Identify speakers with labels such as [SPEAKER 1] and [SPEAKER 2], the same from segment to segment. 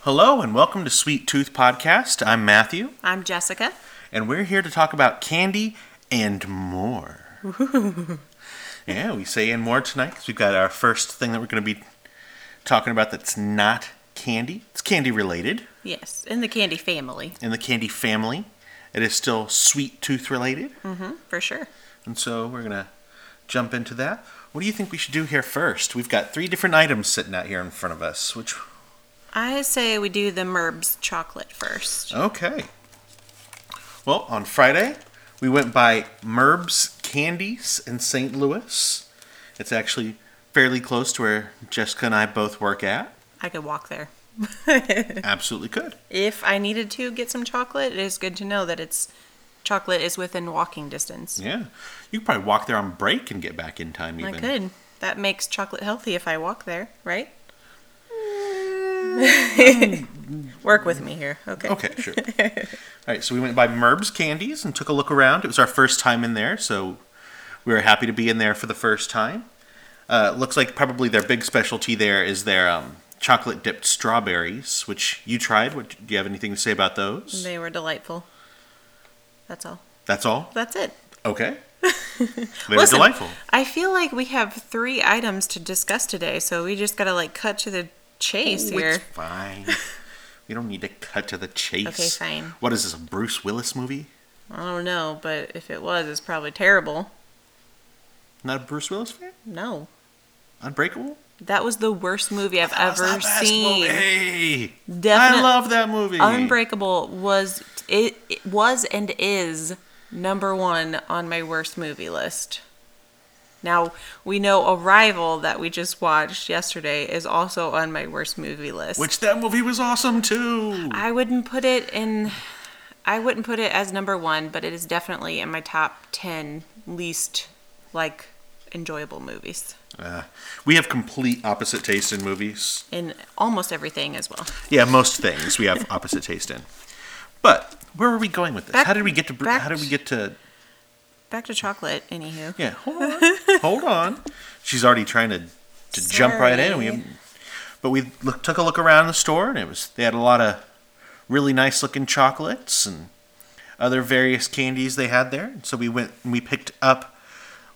[SPEAKER 1] Hello and welcome to Sweet Tooth Podcast. I'm Matthew,
[SPEAKER 2] I'm Jessica.
[SPEAKER 1] and we're here to talk about candy and more. yeah, we say and more tonight because we've got our first thing that we're going to be talking about that's not candy. It's candy related
[SPEAKER 2] Yes, in the candy family,
[SPEAKER 1] in the candy family. It is still sweet tooth related,
[SPEAKER 2] for sure.
[SPEAKER 1] and so we're going to jump into that. What do you think we should do here first? We've got three different items sitting out here in front of us. Which
[SPEAKER 2] I say we do the Merbs chocolate first.
[SPEAKER 1] Okay. Well, on Friday, we went by Merb's Candies in St. Louis. It's actually fairly close to where Jessica and I both work at.
[SPEAKER 2] I could walk there.
[SPEAKER 1] Absolutely could.
[SPEAKER 2] If I needed to get some chocolate, it is good to know that it's chocolate is within walking distance.
[SPEAKER 1] Yeah. You could probably walk there on break and get back in time, even.
[SPEAKER 2] I could. That makes chocolate healthy if I walk there, right? Work with me here. Okay.
[SPEAKER 1] Mm. Okay, sure. All right, so we went by Merb's Candies and took a look around. It was our first time in there, so we were happy to be in there for the first time. Uh, it looks like probably their big specialty there is their um, chocolate dipped strawberries, which you tried. What do you have anything to say about those?
[SPEAKER 2] They were delightful. That's all.
[SPEAKER 1] That's all.
[SPEAKER 2] That's it.
[SPEAKER 1] Okay. They
[SPEAKER 2] Listen,
[SPEAKER 1] were delightful.
[SPEAKER 2] I feel like we have three items to discuss today, so we just gotta like cut to the chase
[SPEAKER 1] Oh,
[SPEAKER 2] here.
[SPEAKER 1] It's fine. we don't need to cut to the chase.
[SPEAKER 2] Okay, fine.
[SPEAKER 1] What is this? A Bruce Willis movie?
[SPEAKER 2] I don't know, but if it was, it's probably terrible.
[SPEAKER 1] Not a Bruce Willis fan?
[SPEAKER 2] No.
[SPEAKER 1] Unbreakable?
[SPEAKER 2] That was the worst movie I've
[SPEAKER 1] That was the
[SPEAKER 2] ever
[SPEAKER 1] best
[SPEAKER 2] seen.
[SPEAKER 1] Movie. I
[SPEAKER 2] Definite-
[SPEAKER 1] love that movie.
[SPEAKER 2] Unbreakable was it, it was and is number 1 on my worst movie list. Now, we know Arrival that we just watched yesterday is also on my worst movie list.
[SPEAKER 1] Which that movie was awesome too.
[SPEAKER 2] I wouldn't put it in. I wouldn't put it as number one, but it is definitely in my top ten least like enjoyable movies
[SPEAKER 1] Uh, we have complete opposite taste in movies.
[SPEAKER 2] in almost everything as well.
[SPEAKER 1] Yeah, most things we have opposite taste in. But where were we going with this?
[SPEAKER 2] Back-
[SPEAKER 1] how did we get to? Bru-
[SPEAKER 2] back-
[SPEAKER 1] How did we get to?
[SPEAKER 2] Back to chocolate, anywho.
[SPEAKER 1] Yeah, hold on, hold on. She's already trying to to jump right in. We,
[SPEAKER 2] Sorry.
[SPEAKER 1] but we look, took a look around the store, and it was they had a lot of really nice looking chocolates and other various candies they had there. So we went and we picked up.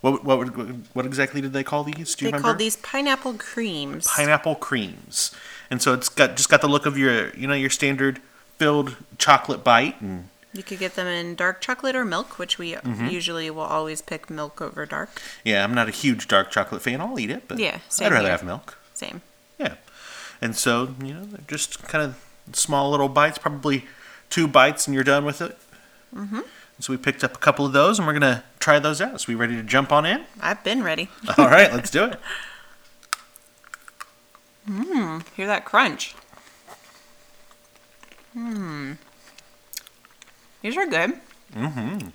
[SPEAKER 1] What, what, what, what exactly did they call these? Do you
[SPEAKER 2] They
[SPEAKER 1] remember?
[SPEAKER 2] called these pineapple creams.
[SPEAKER 1] pineapple creams, and so it's got just got the look of your you know your standard filled chocolate bite, and
[SPEAKER 2] you could get them in dark chocolate or milk, which we
[SPEAKER 1] Mm-hmm.
[SPEAKER 2] usually will always pick milk over dark.
[SPEAKER 1] yeah, I'm not a huge dark chocolate fan. I'll eat it, but
[SPEAKER 2] Yeah,
[SPEAKER 1] I'd
[SPEAKER 2] same
[SPEAKER 1] rather
[SPEAKER 2] here.
[SPEAKER 1] have milk.
[SPEAKER 2] Same.
[SPEAKER 1] Yeah, and so you know they're just kind of small little bites, probably two bites, and you're done with it. Mm-hmm. So we picked up a couple of those, and we're gonna try those out. So we ready to jump on in?
[SPEAKER 2] I've been ready.
[SPEAKER 1] All right, let's do it.
[SPEAKER 2] Hear that crunch? Hmm. These are good. Mm-hmm.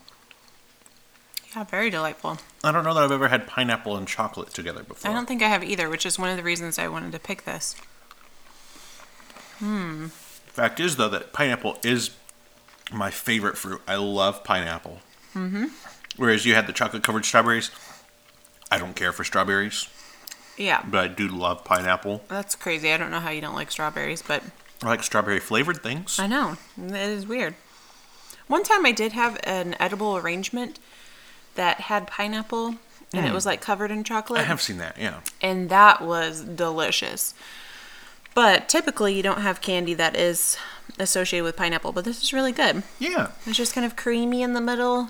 [SPEAKER 2] Yeah, very delightful.
[SPEAKER 1] I don't know that I've ever had pineapple and chocolate together before.
[SPEAKER 2] I don't think I have either, which is one of the reasons I wanted to pick this.
[SPEAKER 1] Fact is, though, that pineapple is my favorite fruit. I love pineapple. Mm-hmm. Whereas you had the chocolate covered strawberries. I don't care for strawberries,
[SPEAKER 2] Yeah.
[SPEAKER 1] but I do love pineapple.
[SPEAKER 2] That's crazy. I don't know how you don't like strawberries, but
[SPEAKER 1] I like strawberry flavored things.
[SPEAKER 2] I know. It is weird. One time I did have an edible arrangement that had pineapple and it was like covered in
[SPEAKER 1] Mm. I
[SPEAKER 2] chocolate.
[SPEAKER 1] have seen that, yeah.
[SPEAKER 2] and that was delicious. But typically, you don't have candy that is associated with pineapple, but this is really good.
[SPEAKER 1] Yeah.
[SPEAKER 2] It's just kind of creamy in the middle.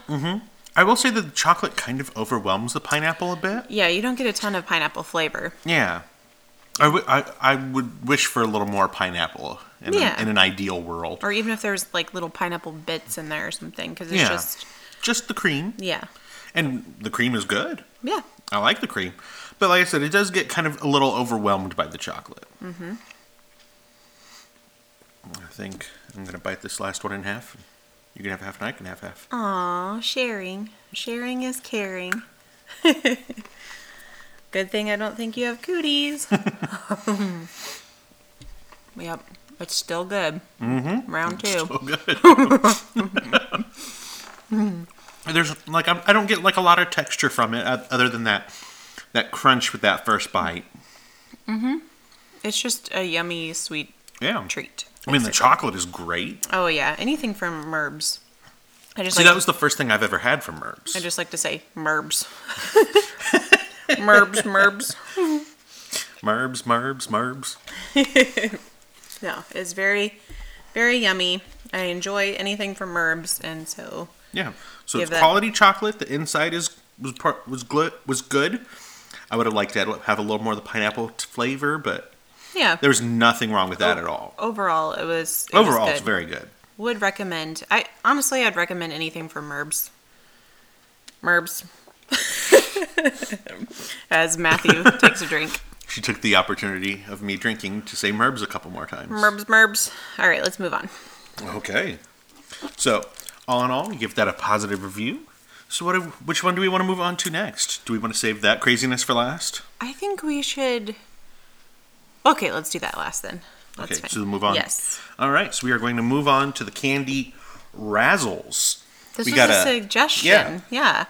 [SPEAKER 1] I will say that the chocolate kind of overwhelms the pineapple a bit.
[SPEAKER 2] Yeah, you don't get a ton of pineapple flavor.
[SPEAKER 1] Yeah. I would- I- I would wish for a little more pineapple in, an-
[SPEAKER 2] Yeah.
[SPEAKER 1] in an ideal world.
[SPEAKER 2] Or even if there's like little pineapple bits in there or something, because it's
[SPEAKER 1] Yeah.
[SPEAKER 2] just,
[SPEAKER 1] Just the cream.
[SPEAKER 2] yeah.
[SPEAKER 1] And the cream is good.
[SPEAKER 2] Yeah.
[SPEAKER 1] I like the cream, but like I said, it does get kind of a little overwhelmed by the chocolate. Mm-hmm. I think I'm gonna bite this last one in half. You can have half, and I can have half.
[SPEAKER 2] Aw, sharing. Sharing is caring. Good thing I don't think you have cooties. yep, it's still good. Mm-hmm. Round two.
[SPEAKER 1] Oh, good. There's like I'm, I don't get like a lot of texture from it, oth- other than that that crunch with that first bite.
[SPEAKER 2] It's just a yummy, sweet
[SPEAKER 1] Yeah,
[SPEAKER 2] treat.
[SPEAKER 1] I mean, the chocolate is great.
[SPEAKER 2] Oh yeah, anything from Merbs. I just
[SPEAKER 1] See,
[SPEAKER 2] like
[SPEAKER 1] that was the first thing I've ever had from Merbs.
[SPEAKER 2] I just like to say Merbs. merbs, Merbs.
[SPEAKER 1] Merbs, Merbs, Merbs.
[SPEAKER 2] No, it's very, very yummy. I enjoy anything from Merbs, and so
[SPEAKER 1] Yeah. So
[SPEAKER 2] Give
[SPEAKER 1] it's
[SPEAKER 2] that-
[SPEAKER 1] quality chocolate. The inside is was part was good. Was good. I would have liked to have a little more of the pineapple t- flavor, but
[SPEAKER 2] yeah.
[SPEAKER 1] there was nothing wrong with that at all.
[SPEAKER 2] Overall, it was Oh, it was
[SPEAKER 1] Overall, it's
[SPEAKER 2] good.
[SPEAKER 1] very good.
[SPEAKER 2] would recommend. I honestly, I'd recommend anything from Merbs. Merbs. As Matthew takes a drink.
[SPEAKER 1] She took the opportunity of me drinking to say Merbs a couple more times.
[SPEAKER 2] Merbs, Merbs. All right, let's move on.
[SPEAKER 1] Okay. So, all in all, give that a positive review. So, what? Which one do we want to move on to next? Do we want to save that craziness for last?
[SPEAKER 2] I think we should. Okay, let's do that last then. That's
[SPEAKER 1] Okay,
[SPEAKER 2] fine.
[SPEAKER 1] so move on.
[SPEAKER 2] Yes.
[SPEAKER 1] All right. So we are going to move on to the candy razzles.
[SPEAKER 2] This
[SPEAKER 1] we
[SPEAKER 2] was
[SPEAKER 1] got
[SPEAKER 2] a suggestion.
[SPEAKER 1] Yeah.
[SPEAKER 2] yeah.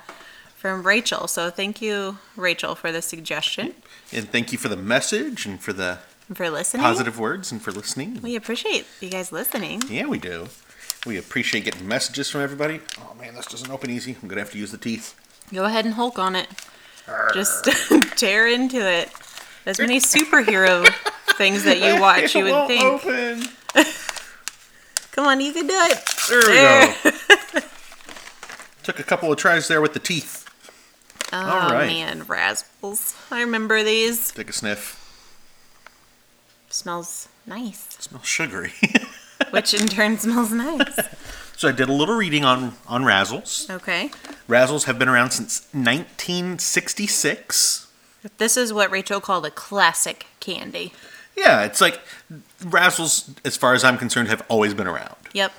[SPEAKER 2] From Rachel. So thank you, Rachel, for the suggestion
[SPEAKER 1] and thank you for the message and for the
[SPEAKER 2] and for listening.
[SPEAKER 1] positive words and for listening.
[SPEAKER 2] We appreciate you guys listening.
[SPEAKER 1] yeah, we do. We appreciate getting messages from everybody. Oh man, this doesn't open easy. I'm gonna have to use the teeth.
[SPEAKER 2] Go ahead and Hulk on it. Just tear into it. As many superhero things that you watch, you
[SPEAKER 1] it
[SPEAKER 2] would
[SPEAKER 1] won't
[SPEAKER 2] think.
[SPEAKER 1] open.
[SPEAKER 2] Come on, you can do it.
[SPEAKER 1] There we
[SPEAKER 2] There.
[SPEAKER 1] go. Took a couple of tries there with the teeth.
[SPEAKER 2] Oh
[SPEAKER 1] All right.
[SPEAKER 2] man, razzles. I remember these.
[SPEAKER 1] Take a sniff.
[SPEAKER 2] Smells nice.
[SPEAKER 1] Smells sugary.
[SPEAKER 2] Which in turn smells nice.
[SPEAKER 1] so I did a little reading on on razzles.
[SPEAKER 2] Okay.
[SPEAKER 1] Razzles have been around since 1966.
[SPEAKER 2] This is what Rachel called a classic candy.
[SPEAKER 1] Yeah, it's like razzles, as far as I'm concerned, have always been around.
[SPEAKER 2] Yep.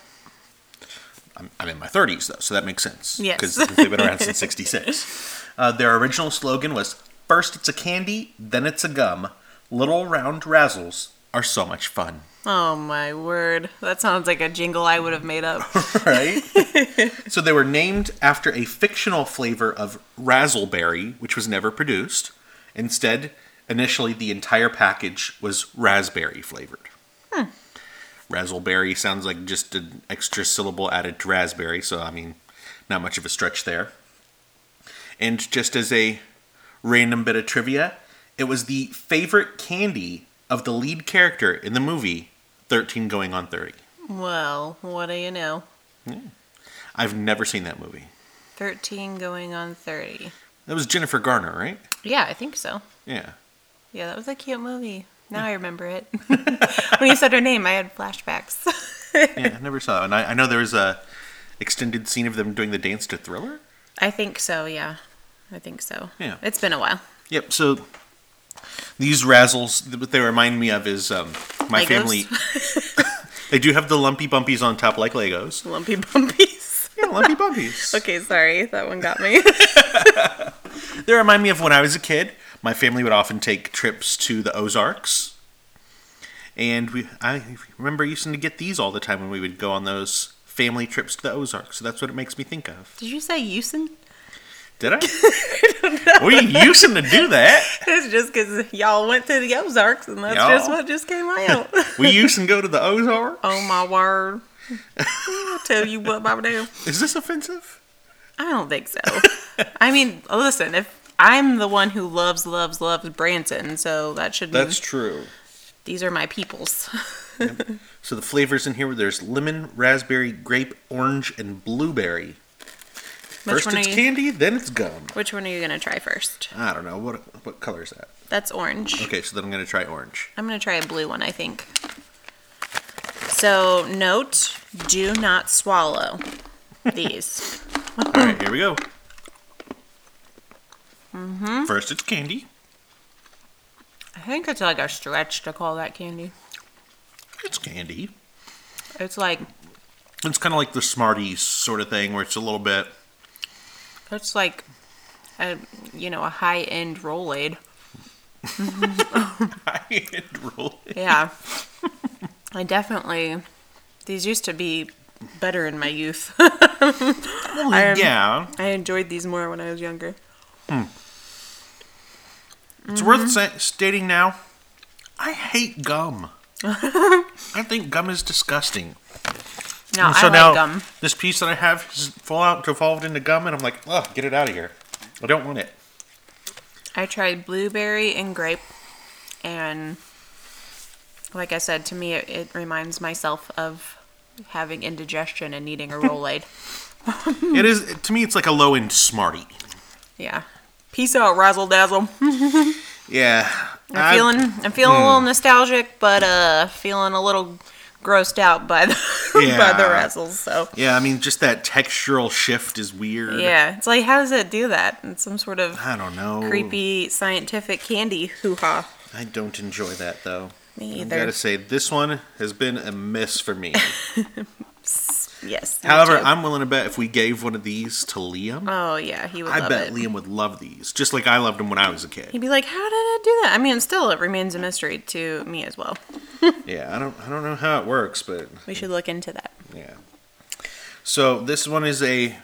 [SPEAKER 1] I'm, I'm in my 30s, though, so that makes sense.
[SPEAKER 2] Yes.
[SPEAKER 1] Because they've been around since 66. Uh, their original slogan was First it's a candy, then it's a gum. Little round razzles are so much fun.
[SPEAKER 2] Oh my word. That sounds like a jingle I would have made up.
[SPEAKER 1] Right? so they were named after a fictional flavor of razzleberry, which was never produced. Instead, initially, the entire package was raspberry flavored. Razzleberry sounds like just an extra syllable added to raspberry, so I mean, not much of a stretch there. And just as a random bit of trivia, it was the favorite candy of the lead character in the movie 13 Going on 30.
[SPEAKER 2] well, what do you know?
[SPEAKER 1] I've never seen that movie.
[SPEAKER 2] 13 going on 30.
[SPEAKER 1] That was Jennifer Garner, right?
[SPEAKER 2] Yeah, I think so.
[SPEAKER 1] Yeah.
[SPEAKER 2] Yeah, that was a cute movie. Now I remember it. when you said her name, I had flashbacks.
[SPEAKER 1] Yeah, I never saw it. And I, I know there was a extended scene of them doing the dance to Thriller.
[SPEAKER 2] I think so, yeah. I think so.
[SPEAKER 1] Yeah.
[SPEAKER 2] It's been a while.
[SPEAKER 1] Yep. So these razzles, th- what they remind me of is um, my
[SPEAKER 2] Legos?
[SPEAKER 1] family. they do have the lumpy bumpies on top like Legos.
[SPEAKER 2] Lumpy bumpies.
[SPEAKER 1] Yeah, lumpy bumpies.
[SPEAKER 2] okay, sorry. That one got me.
[SPEAKER 1] They remind me of when I was a kid. My family would often take trips to the Ozarks. And we, I remember using to get these all the time when we would go on those family trips to the Ozarks. So that's what it makes me think of.
[SPEAKER 2] Did you say Usen?
[SPEAKER 1] Did I? We using to do that.
[SPEAKER 2] It's just because y'all went to the Ozarks and that's
[SPEAKER 1] Y'all.
[SPEAKER 2] just what just came out.
[SPEAKER 1] We used to go to the Ozark.
[SPEAKER 2] oh my word. I'll tell you what, Baba Dale.
[SPEAKER 1] Is this offensive?
[SPEAKER 2] I don't think so. I mean, listen, if I'm the one who loves, loves, loves Branson, so that should mean
[SPEAKER 1] true.
[SPEAKER 2] these are my peoples.
[SPEAKER 1] So the flavors in here there's lemon, raspberry, grape, orange, and blueberry.
[SPEAKER 2] Which
[SPEAKER 1] First
[SPEAKER 2] one are
[SPEAKER 1] it's
[SPEAKER 2] you?
[SPEAKER 1] candy, then it's gum.
[SPEAKER 2] Which one are you gonna try first?
[SPEAKER 1] I don't know what what color is that.
[SPEAKER 2] That's orange.
[SPEAKER 1] Okay, so then I'm gonna try orange.
[SPEAKER 2] I'm gonna try a blue one, I think. So note: do not swallow these.
[SPEAKER 1] All right, here we go.
[SPEAKER 2] Mm-hmm.
[SPEAKER 1] First it's candy.
[SPEAKER 2] I think it's like a stretch to call that candy.
[SPEAKER 1] It's candy.
[SPEAKER 2] It's like
[SPEAKER 1] It's kind of like the Smarties sort of thing, where it's a little bit.
[SPEAKER 2] it's like a you know a high end Rolade. Yeah. I definitely these used to be better in my youth. I'm-
[SPEAKER 1] yeah.
[SPEAKER 2] I enjoyed these more when I was younger. Mm-hmm.
[SPEAKER 1] It's worth sa- stating now. I hate gum. I think gum is disgusting.
[SPEAKER 2] No,
[SPEAKER 1] so
[SPEAKER 2] Oh, I
[SPEAKER 1] now
[SPEAKER 2] like gum.
[SPEAKER 1] this piece that I have has fall out evolved into gum, and I'm like, ugh, get it out of here. I don't want it.
[SPEAKER 2] I tried blueberry and grape, and like I said, to me, it, it reminds myself of having indigestion and needing a Rolade. Hmm.
[SPEAKER 1] It is to me, it's like a low end smartie.
[SPEAKER 2] Yeah. Peace out, razzle dazzle.
[SPEAKER 1] Yeah,
[SPEAKER 2] I'm feeling, I'm feeling a little
[SPEAKER 1] Hmm.
[SPEAKER 2] nostalgic, but uh, feeling a little grossed out by the by the
[SPEAKER 1] Yeah.
[SPEAKER 2] razzles. So
[SPEAKER 1] Yeah, I mean, just that textural shift is weird.
[SPEAKER 2] yeah, it's like how does it do that? It's some sort of
[SPEAKER 1] I don't know.
[SPEAKER 2] creepy scientific candy hoo ha.
[SPEAKER 1] I don't enjoy that though.
[SPEAKER 2] Me
[SPEAKER 1] I
[SPEAKER 2] either.
[SPEAKER 1] gotta say, this one has been a miss for me.
[SPEAKER 2] Yes. me
[SPEAKER 1] However,
[SPEAKER 2] too.
[SPEAKER 1] I'm willing to bet if we gave one of these to Liam,
[SPEAKER 2] Oh yeah, he would.
[SPEAKER 1] I
[SPEAKER 2] love
[SPEAKER 1] bet
[SPEAKER 2] it.
[SPEAKER 1] Liam would love these, just like I loved them when I was a kid.
[SPEAKER 2] He'd be like, "How did it do that?" I mean, still, it remains a mystery to me as well.
[SPEAKER 1] Yeah, I don't, I don't know how it works, but
[SPEAKER 2] We should look into that.
[SPEAKER 1] yeah. So this one is a,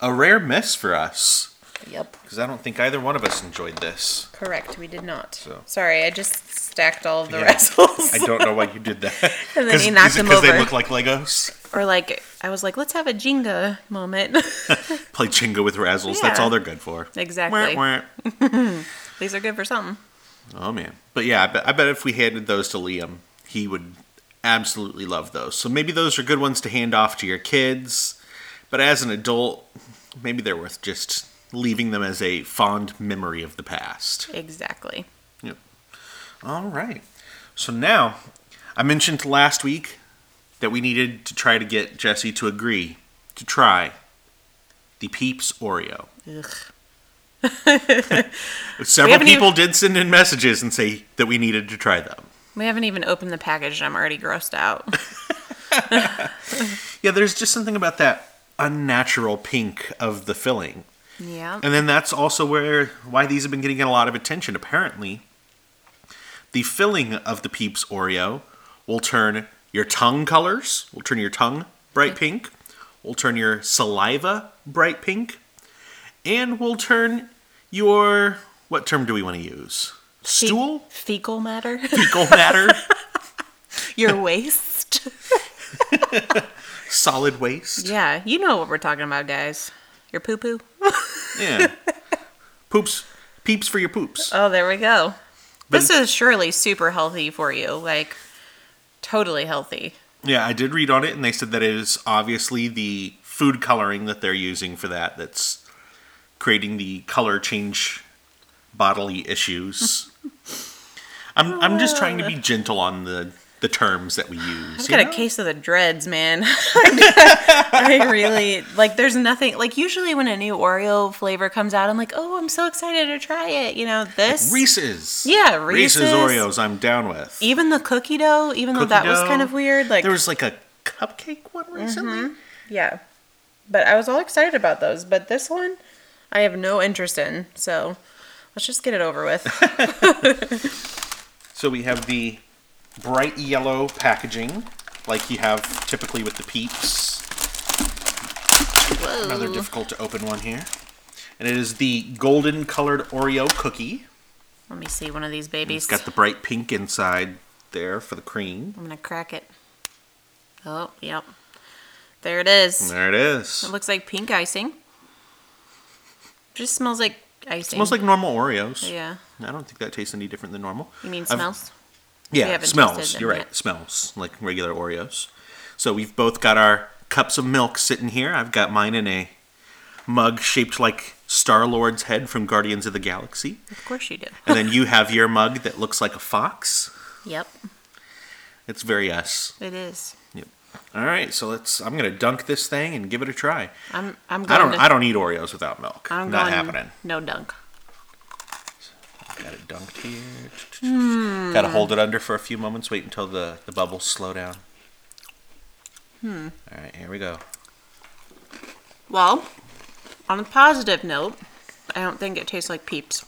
[SPEAKER 1] a rare miss for us
[SPEAKER 2] Yep.
[SPEAKER 1] because I don't think either one of us enjoyed this.
[SPEAKER 2] Correct. We did not.
[SPEAKER 1] So-
[SPEAKER 2] Sorry, I just stacked all of the
[SPEAKER 1] Yeah.
[SPEAKER 2] wrestles.
[SPEAKER 1] I don't know why you did that.
[SPEAKER 2] And then he
[SPEAKER 1] 'Cause-
[SPEAKER 2] knocked
[SPEAKER 1] is it
[SPEAKER 2] him
[SPEAKER 1] 'cause they
[SPEAKER 2] over.
[SPEAKER 1] look like Legos.
[SPEAKER 2] or like, I was like, "Let's have a Jenga moment."
[SPEAKER 1] Play Chingo with Razzles. That's
[SPEAKER 2] Yeah.
[SPEAKER 1] all they're good for.
[SPEAKER 2] Exactly.
[SPEAKER 1] Wah, wah.
[SPEAKER 2] These are good for something.
[SPEAKER 1] Oh man, but yeah, I bet, I bet if we handed those to Liam, he would absolutely love those. So maybe those are good ones to hand off to your kids, but as an adult, maybe they're worth just leaving them as a fond memory of the past.
[SPEAKER 2] Exactly.
[SPEAKER 1] Yep. All right. So now, I mentioned last week that we needed to try to get Jesse to agree to try the Peeps Oreo.
[SPEAKER 2] Ugh.
[SPEAKER 1] Several
[SPEAKER 2] haven't even-
[SPEAKER 1] people did send in messages and say that we needed to try them.
[SPEAKER 2] We haven't even opened the package, and I'm already grossed out.
[SPEAKER 1] Yeah, there's just something about that unnatural pink of the filling.
[SPEAKER 2] yeah.
[SPEAKER 1] And then that's also where why these have been getting a lot of attention apparently. The filling of the Peeps Oreo will turn your tongue colors, will turn your tongue bright pink, will turn your saliva bright pink, and will turn your what term do we want to use? Stool?
[SPEAKER 2] Fecal matter.
[SPEAKER 1] Fecal matter?
[SPEAKER 2] Your waist.
[SPEAKER 1] solid waste?
[SPEAKER 2] yeah, you know what we're talking about, guys. Your poo poo.
[SPEAKER 1] Yeah. Poops. Peeps for your poops.
[SPEAKER 2] Oh, there we go.
[SPEAKER 1] But
[SPEAKER 2] This is surely super healthy for you. Like, totally healthy.
[SPEAKER 1] Yeah, I did read on it, and they said that it is obviously the food coloring that they're using for that that's creating the color change bodily issues. I'm I'm just trying to be gentle on the the terms that we use.
[SPEAKER 2] Uh. I've
[SPEAKER 1] you
[SPEAKER 2] got a
[SPEAKER 1] know?
[SPEAKER 2] case of the dreads, man. I really like. There's nothing like. Usually, when a new Oreo flavor comes out, I'm like, "Oh, I'm so excited to try it!" You know, this
[SPEAKER 1] Reese's.
[SPEAKER 2] Yeah, Reese's.
[SPEAKER 1] Oreos. I'm down with.
[SPEAKER 2] even the cookie dough, even though
[SPEAKER 1] Cookie
[SPEAKER 2] that was
[SPEAKER 1] dough.
[SPEAKER 2] kind of weird. Like, Mm-hmm.
[SPEAKER 1] there was like a cupcake one recently.
[SPEAKER 2] yeah, but I was all excited about those. But this one, I have no interest in. So let's just get it over with.
[SPEAKER 1] So we have the bright yellow packaging, like you have typically with the Peeps. Another
[SPEAKER 2] Whoa.
[SPEAKER 1] difficult to open one here. And it is the golden colored Oreo cookie.
[SPEAKER 2] Let me see one of these babies.
[SPEAKER 1] It's got the bright pink inside there for the cream.
[SPEAKER 2] I'm gonna crack it. Oh, yep. There it is.
[SPEAKER 1] There it is.
[SPEAKER 2] It looks like pink icing. Just smells like icing.
[SPEAKER 1] Smells like normal Oreos.
[SPEAKER 2] Yeah.
[SPEAKER 1] I don't think that tastes any different than normal.
[SPEAKER 2] You mean
[SPEAKER 1] I've-
[SPEAKER 2] smells?
[SPEAKER 1] yeah,
[SPEAKER 2] haven't
[SPEAKER 1] smells.
[SPEAKER 2] tasted them
[SPEAKER 1] You're right.
[SPEAKER 2] yet.
[SPEAKER 1] Smells like regular Oreos. So we've both got our cups of milk sitting here. I've got mine in a mug shaped like Star Lord's head from Guardians of the Galaxy.
[SPEAKER 2] Of course you do.
[SPEAKER 1] And then you have your mug that looks like a fox.
[SPEAKER 2] Yep.
[SPEAKER 1] It's very us.
[SPEAKER 2] It is.
[SPEAKER 1] Yep. All right, so let's. I'm gonna dunk this thing and give it a try.
[SPEAKER 2] I'm I'm
[SPEAKER 1] I
[SPEAKER 2] going
[SPEAKER 1] don't.
[SPEAKER 2] to,
[SPEAKER 1] I don't eat Oreos without milk.
[SPEAKER 2] I'm
[SPEAKER 1] Not
[SPEAKER 2] going
[SPEAKER 1] happening.
[SPEAKER 2] No dunk.
[SPEAKER 1] Got it dunked here. Got to hold it under for a few moments. Wait until the the bubbles slow down. Hmm. All right, here we go.
[SPEAKER 2] Well, on a positive note, I don't think it tastes like peeps.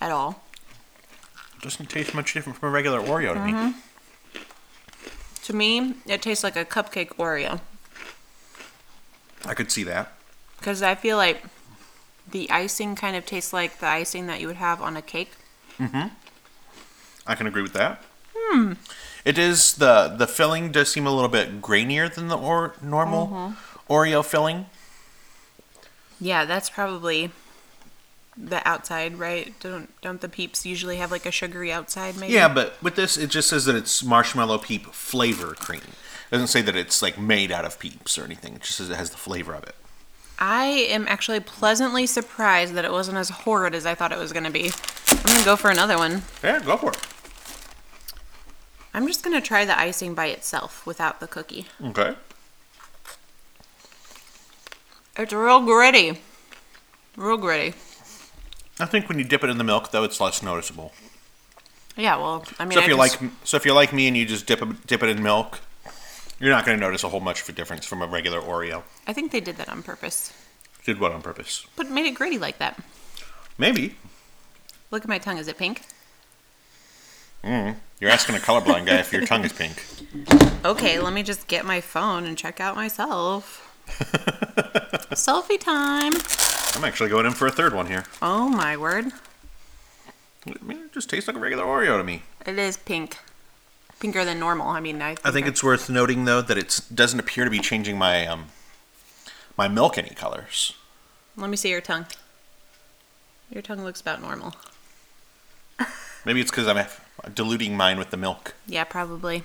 [SPEAKER 2] At all.
[SPEAKER 1] doesn't taste much different from a regular Oreo to me.
[SPEAKER 2] Mm-hmm. To me, it tastes like a cupcake Oreo.
[SPEAKER 1] I could see that.
[SPEAKER 2] Because I feel like the icing kind of tastes like the icing that you would have on a cake.
[SPEAKER 1] I can agree with that.
[SPEAKER 2] Hmm.
[SPEAKER 1] It is the the filling does seem a little bit grainier than the or, normal
[SPEAKER 2] Mm-hmm.
[SPEAKER 1] Oreo filling.
[SPEAKER 2] Yeah, that's probably the outside, right? Don't don't the peeps usually have like a sugary outside? Maybe.
[SPEAKER 1] Yeah, but with this, it just says that it's marshmallow peep flavor cream. It doesn't say that it's like made out of peeps or anything. It just says it has the flavor of it.
[SPEAKER 2] I am actually pleasantly surprised that it wasn't as horrid as I thought it was gonna be. I'm gonna go for another one.
[SPEAKER 1] Yeah, go for it.
[SPEAKER 2] I'm just gonna try the icing by itself without the cookie.
[SPEAKER 1] Okay.
[SPEAKER 2] It's real gritty, real gritty.
[SPEAKER 1] I think when you dip it in the milk, though, it's less noticeable.
[SPEAKER 2] Yeah, well, I mean,
[SPEAKER 1] So if
[SPEAKER 2] I
[SPEAKER 1] you're
[SPEAKER 2] just-
[SPEAKER 1] like so if you're like me and you just dip it- dip it in milk, you're not going to notice a whole much of a difference from a regular Oreo.
[SPEAKER 2] I think they did that on purpose,
[SPEAKER 1] Did what on purpose?
[SPEAKER 2] but made it gritty like that.
[SPEAKER 1] Maybe
[SPEAKER 2] Look at my tongue. Is it pink?
[SPEAKER 1] you're asking a colorblind guy if your tongue is pink.
[SPEAKER 2] Okay, let me just get my phone and check out myself. Selfie time.
[SPEAKER 1] I'm actually going in for a third one here.
[SPEAKER 2] Oh my word.
[SPEAKER 1] I mean, it just tastes like a regular Oreo to me.
[SPEAKER 2] It is pink. Pinker than normal. I mean, I think,
[SPEAKER 1] I think it's worth noting though that it doesn't appear to be changing my um my milk any colors.
[SPEAKER 2] Let me see your tongue. Your tongue looks about normal.
[SPEAKER 1] Maybe it's because I'm f- diluting mine with the milk.
[SPEAKER 2] Yeah, probably.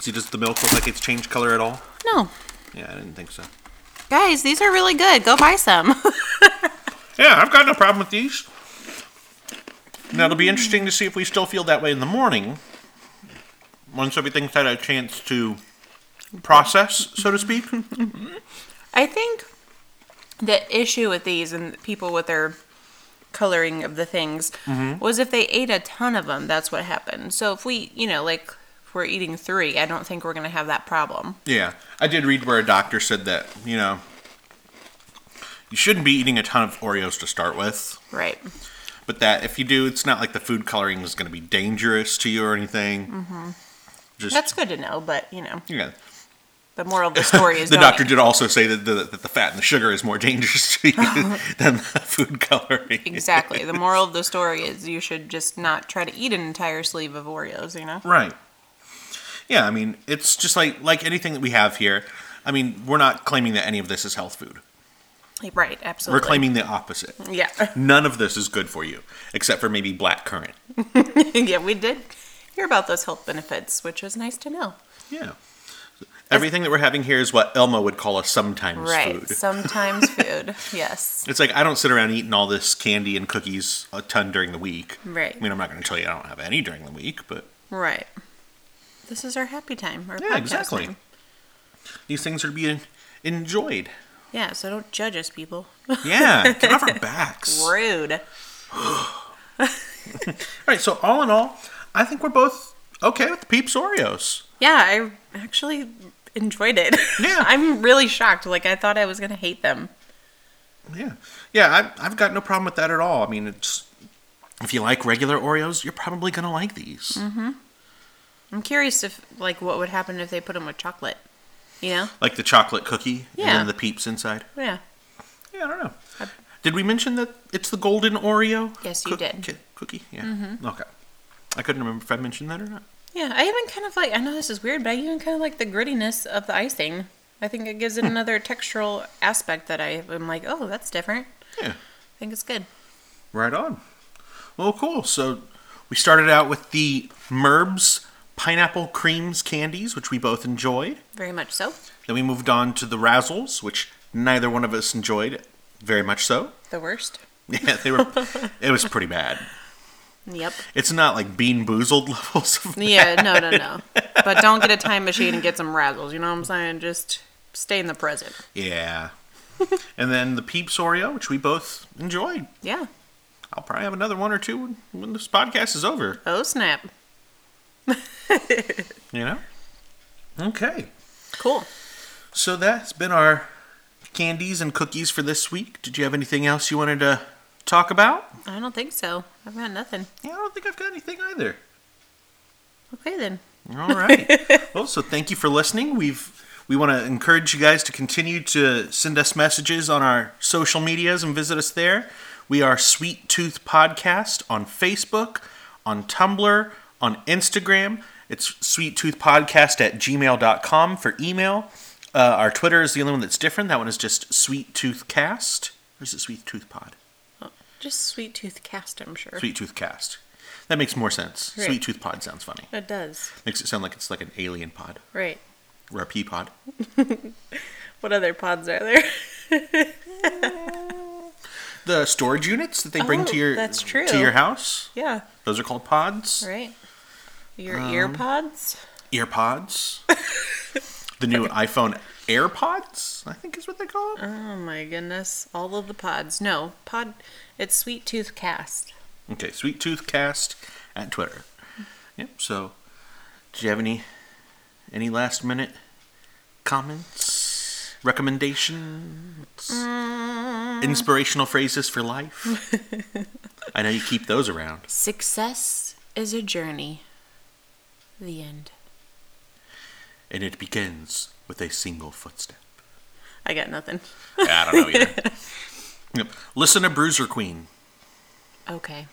[SPEAKER 1] See, does the milk look like it's changed color at all?
[SPEAKER 2] No.
[SPEAKER 1] Yeah, I didn't think so.
[SPEAKER 2] Guys, these are really good. Go buy some.
[SPEAKER 1] Yeah, I've got no problem with these. Now it'll be interesting to see if we still feel that way in the morning, once everything's had a chance to process, so to speak.
[SPEAKER 2] I think the issue with these and people with their coloring of the things
[SPEAKER 1] Mm-hmm.
[SPEAKER 2] was if they ate a ton of them, that's what happened. So if we, you know, like if we're eating three, I don't think we're going to have that problem.
[SPEAKER 1] Yeah, I did read where a doctor said that you know you shouldn't be eating a ton of Oreos to start with,
[SPEAKER 2] Right.
[SPEAKER 1] but that if you do, it's not like the food coloring is going to be dangerous to you or anything. Mm-hmm. Just
[SPEAKER 2] That's good to know, but, you know,
[SPEAKER 1] yeah.
[SPEAKER 2] the moral of the story is
[SPEAKER 1] The
[SPEAKER 2] don't
[SPEAKER 1] doctor
[SPEAKER 2] eat-
[SPEAKER 1] did also say that the, that the fat and the sugar is more dangerous to you than the food coloring.
[SPEAKER 2] Exactly. The moral of the story is you should just not try to eat an entire sleeve of Oreos, you know?
[SPEAKER 1] Right. Yeah, I mean, it's just like like anything that we have here. I mean, we're not claiming that any of this is health food.
[SPEAKER 2] Right,
[SPEAKER 1] We're
[SPEAKER 2] absolutely.
[SPEAKER 1] claiming the opposite.
[SPEAKER 2] Yeah.
[SPEAKER 1] None of this is good for you, except for maybe black currant.
[SPEAKER 2] yeah, we did hear about those health benefits, which was nice to know.
[SPEAKER 1] Yeah. Everything that we're having here is what Elmo would call a sometimes
[SPEAKER 2] Right.
[SPEAKER 1] food.
[SPEAKER 2] Sometimes food. Yes.
[SPEAKER 1] It's like I don't sit around eating all this candy and cookies a ton during the week.
[SPEAKER 2] Right.
[SPEAKER 1] I mean, I'm not going to tell you I don't have any during the week, but
[SPEAKER 2] Right. This is our happy time. Our
[SPEAKER 1] yeah,
[SPEAKER 2] podcast
[SPEAKER 1] exactly.
[SPEAKER 2] Time.
[SPEAKER 1] These things are being enjoyed.
[SPEAKER 2] Yeah, so don't judge us, people.
[SPEAKER 1] Yeah, get off our backs.
[SPEAKER 2] Rude.
[SPEAKER 1] All right, so all in all, I think we're both okay with the Peeps Oreos.
[SPEAKER 2] Yeah, I actually enjoyed it.
[SPEAKER 1] Yeah.
[SPEAKER 2] I'm really shocked. Like, I thought I was going to hate them.
[SPEAKER 1] Yeah, yeah, I, I've got no problem with that at all. I mean, it's if you like regular Oreos, you're probably gonna like these.
[SPEAKER 2] Mm-hmm. I'm curious if, like, what would happen if they put them with chocolate. You know?
[SPEAKER 1] Like the chocolate cookie and
[SPEAKER 2] Yeah.
[SPEAKER 1] then the Peeps inside.
[SPEAKER 2] Yeah.
[SPEAKER 1] Yeah, I don't know. Did we mention that it's the golden Oreo?
[SPEAKER 2] Yes, you did. Mm-hmm.
[SPEAKER 1] ki- Cookie, yeah. Okay, I couldn't remember if I mentioned that or not.
[SPEAKER 2] Yeah, I even kind of like, I know this is weird, but I even kind of like the grittiness of the icing. I think it gives
[SPEAKER 1] Hmm.
[SPEAKER 2] it another textural aspect that I am like, oh, that's different.
[SPEAKER 1] Yeah,
[SPEAKER 2] I think it's good.
[SPEAKER 1] right on. Well, cool. So we started out with the Merbs pineapple creams candies, which we both enjoyed.
[SPEAKER 2] Very much so.
[SPEAKER 1] Then we moved on to the Razzles, which neither one of us enjoyed very much so.
[SPEAKER 2] The worst.
[SPEAKER 1] Yeah, they were. it was pretty bad.
[SPEAKER 2] Yep.
[SPEAKER 1] It's not like Bean Boozled levels of
[SPEAKER 2] Yeah, no, no, no. But don't get a time machine and get some razzles. You know what I'm saying? Just stay in the present.
[SPEAKER 1] Yeah. and then the Peeps Oreo, which we both enjoyed.
[SPEAKER 2] Yeah.
[SPEAKER 1] I'll probably have another one or two when, when this podcast is over.
[SPEAKER 2] Oh snap.
[SPEAKER 1] You know. Okay.
[SPEAKER 2] Cool.
[SPEAKER 1] So that's been our candies and cookies for this week. Did you have anything else you wanted to talk about?
[SPEAKER 2] I don't think so. I've got nothing.
[SPEAKER 1] Yeah, I don't think I've got anything either.
[SPEAKER 2] Okay then.
[SPEAKER 1] All right. well, so thank you for listening. We've we want to encourage you guys to continue to send us messages on our social medias and visit us there. We are Sweet Tooth Podcast on Facebook, on Tumblr, on Instagram. It's sweettoothpodcast at gmail.com for email. Uh, our Twitter is the only one that's different. That one is just Sweet Tooth Cast. Or is it Sweet Tooth Pod?
[SPEAKER 2] Just sweet tooth cast, I'm sure.
[SPEAKER 1] Sweet Tooth Cast. That makes more sense.
[SPEAKER 2] Right.
[SPEAKER 1] Sweet Tooth Pod sounds funny.
[SPEAKER 2] It does.
[SPEAKER 1] Makes it sound like it's like an alien pod
[SPEAKER 2] Right.
[SPEAKER 1] or a pea pod.
[SPEAKER 2] What other pods are there?
[SPEAKER 1] The storage units that they bring
[SPEAKER 2] Oh,
[SPEAKER 1] to your
[SPEAKER 2] that's true.
[SPEAKER 1] to your house.
[SPEAKER 2] yeah.
[SPEAKER 1] Those are called pods.
[SPEAKER 2] Right. Your
[SPEAKER 1] Um,
[SPEAKER 2] ear pods?
[SPEAKER 1] EarPods. the new iPhone AirPods, I think is what they call them.
[SPEAKER 2] Oh my goodness. All of the pods. No. Pod it's sweet tooth cast.
[SPEAKER 1] Okay, Sweet Tooth Cast at Twitter. Yep. So, do you have any any last minute comments, recommendations,
[SPEAKER 2] Mm.
[SPEAKER 1] inspirational phrases for life? I know you keep those around.
[SPEAKER 2] Success is a journey. The end.
[SPEAKER 1] And it begins with a single footstep.
[SPEAKER 2] I got nothing.
[SPEAKER 1] I don't know either. yep. Listen to Bruiser Queen.
[SPEAKER 2] Okay.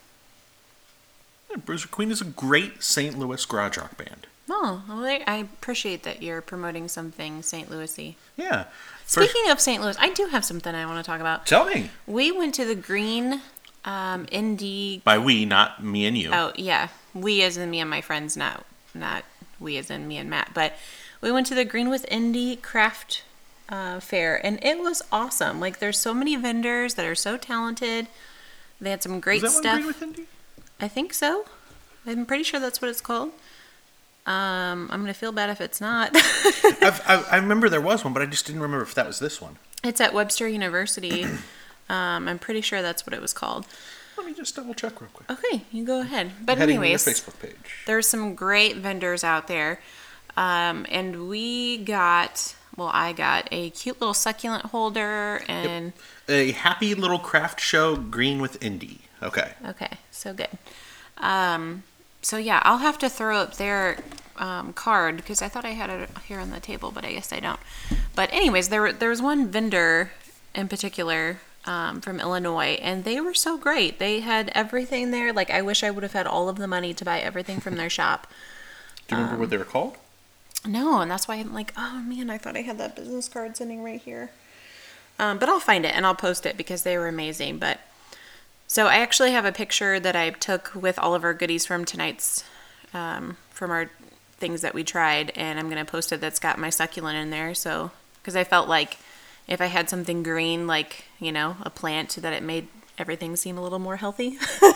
[SPEAKER 1] Yeah, Bruiser Queen is a great St. Louis garage rock band.
[SPEAKER 2] Oh, well, I I appreciate that you're promoting something St. Louisy.
[SPEAKER 1] Yeah. First-
[SPEAKER 2] Speaking of St. Louis, I do have something I want to talk about.
[SPEAKER 1] tell me.
[SPEAKER 2] We went to the Green um, Indie.
[SPEAKER 1] By we, not me and you.
[SPEAKER 2] Oh yeah, we as in me and my friends, not not we as in me and Matt. But we went to the Greenwith Indie Craft uh, Fair, and it was awesome. Like there's so many vendors that are so talented. They had some
[SPEAKER 1] is
[SPEAKER 2] great
[SPEAKER 1] that one
[SPEAKER 2] stuff.
[SPEAKER 1] Green with Indie?
[SPEAKER 2] I think so. I'm pretty sure that's what it's called. Um, I'm gonna feel bad if it's not.
[SPEAKER 1] I've, I, I remember there was one, but I just didn't remember if that was this one.
[SPEAKER 2] It's at Webster University. Um, I'm pretty sure that's what it was called.
[SPEAKER 1] Let me just double check real quick.
[SPEAKER 2] Okay, you go ahead. But
[SPEAKER 1] Heading to your
[SPEAKER 2] anyways,
[SPEAKER 1] Facebook page.
[SPEAKER 2] there's some great vendors out there, um, and we got well, I got a cute little succulent holder, and
[SPEAKER 1] A happy little craft show, Green with Indie. Okay.
[SPEAKER 2] okay, so good. Um, so yeah, I'll have to throw up their um, card because I thought I had it here on the table, but I guess I don't. But anyways, there were- there was one vendor in particular um, from Illinois, and they were so great. They had everything there. Like I wish I would have had all of the money to buy everything from their shop.
[SPEAKER 1] Do you remember what they were called?
[SPEAKER 2] No, and that's why I'm like, oh man, I thought I had that business card sitting right here. Um, but I'll find it and I'll post it because they were amazing. But so I actually have a picture that I took with all of our goodies from tonight's, um, from our things that we tried, and I'm gonna post it. That's got my succulent in there. So because I felt like if I had something green, like you know, a plant, that it made everything seem a little more healthy.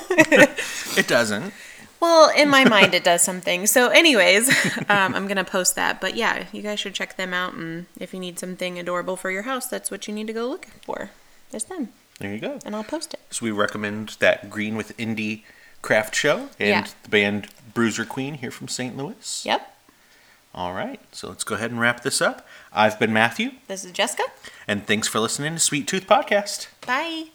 [SPEAKER 1] It doesn't.
[SPEAKER 2] Well, in my mind, it does something. So, anyways, um, I'm going to post that. But yeah, you guys should check them out. And if you need something adorable for your house, that's what you need to go look for. It's them.
[SPEAKER 1] There you go.
[SPEAKER 2] And I'll post it.
[SPEAKER 1] So we recommend that Green with Indie craft show and
[SPEAKER 2] Yeah.
[SPEAKER 1] the band Bruiser Queen here from St. Louis.
[SPEAKER 2] Yep.
[SPEAKER 1] All right. So let's go ahead and wrap this up. I've been Matthew,
[SPEAKER 2] This is Jessica.
[SPEAKER 1] and thanks for listening to Sweet Tooth Podcast.
[SPEAKER 2] Bye.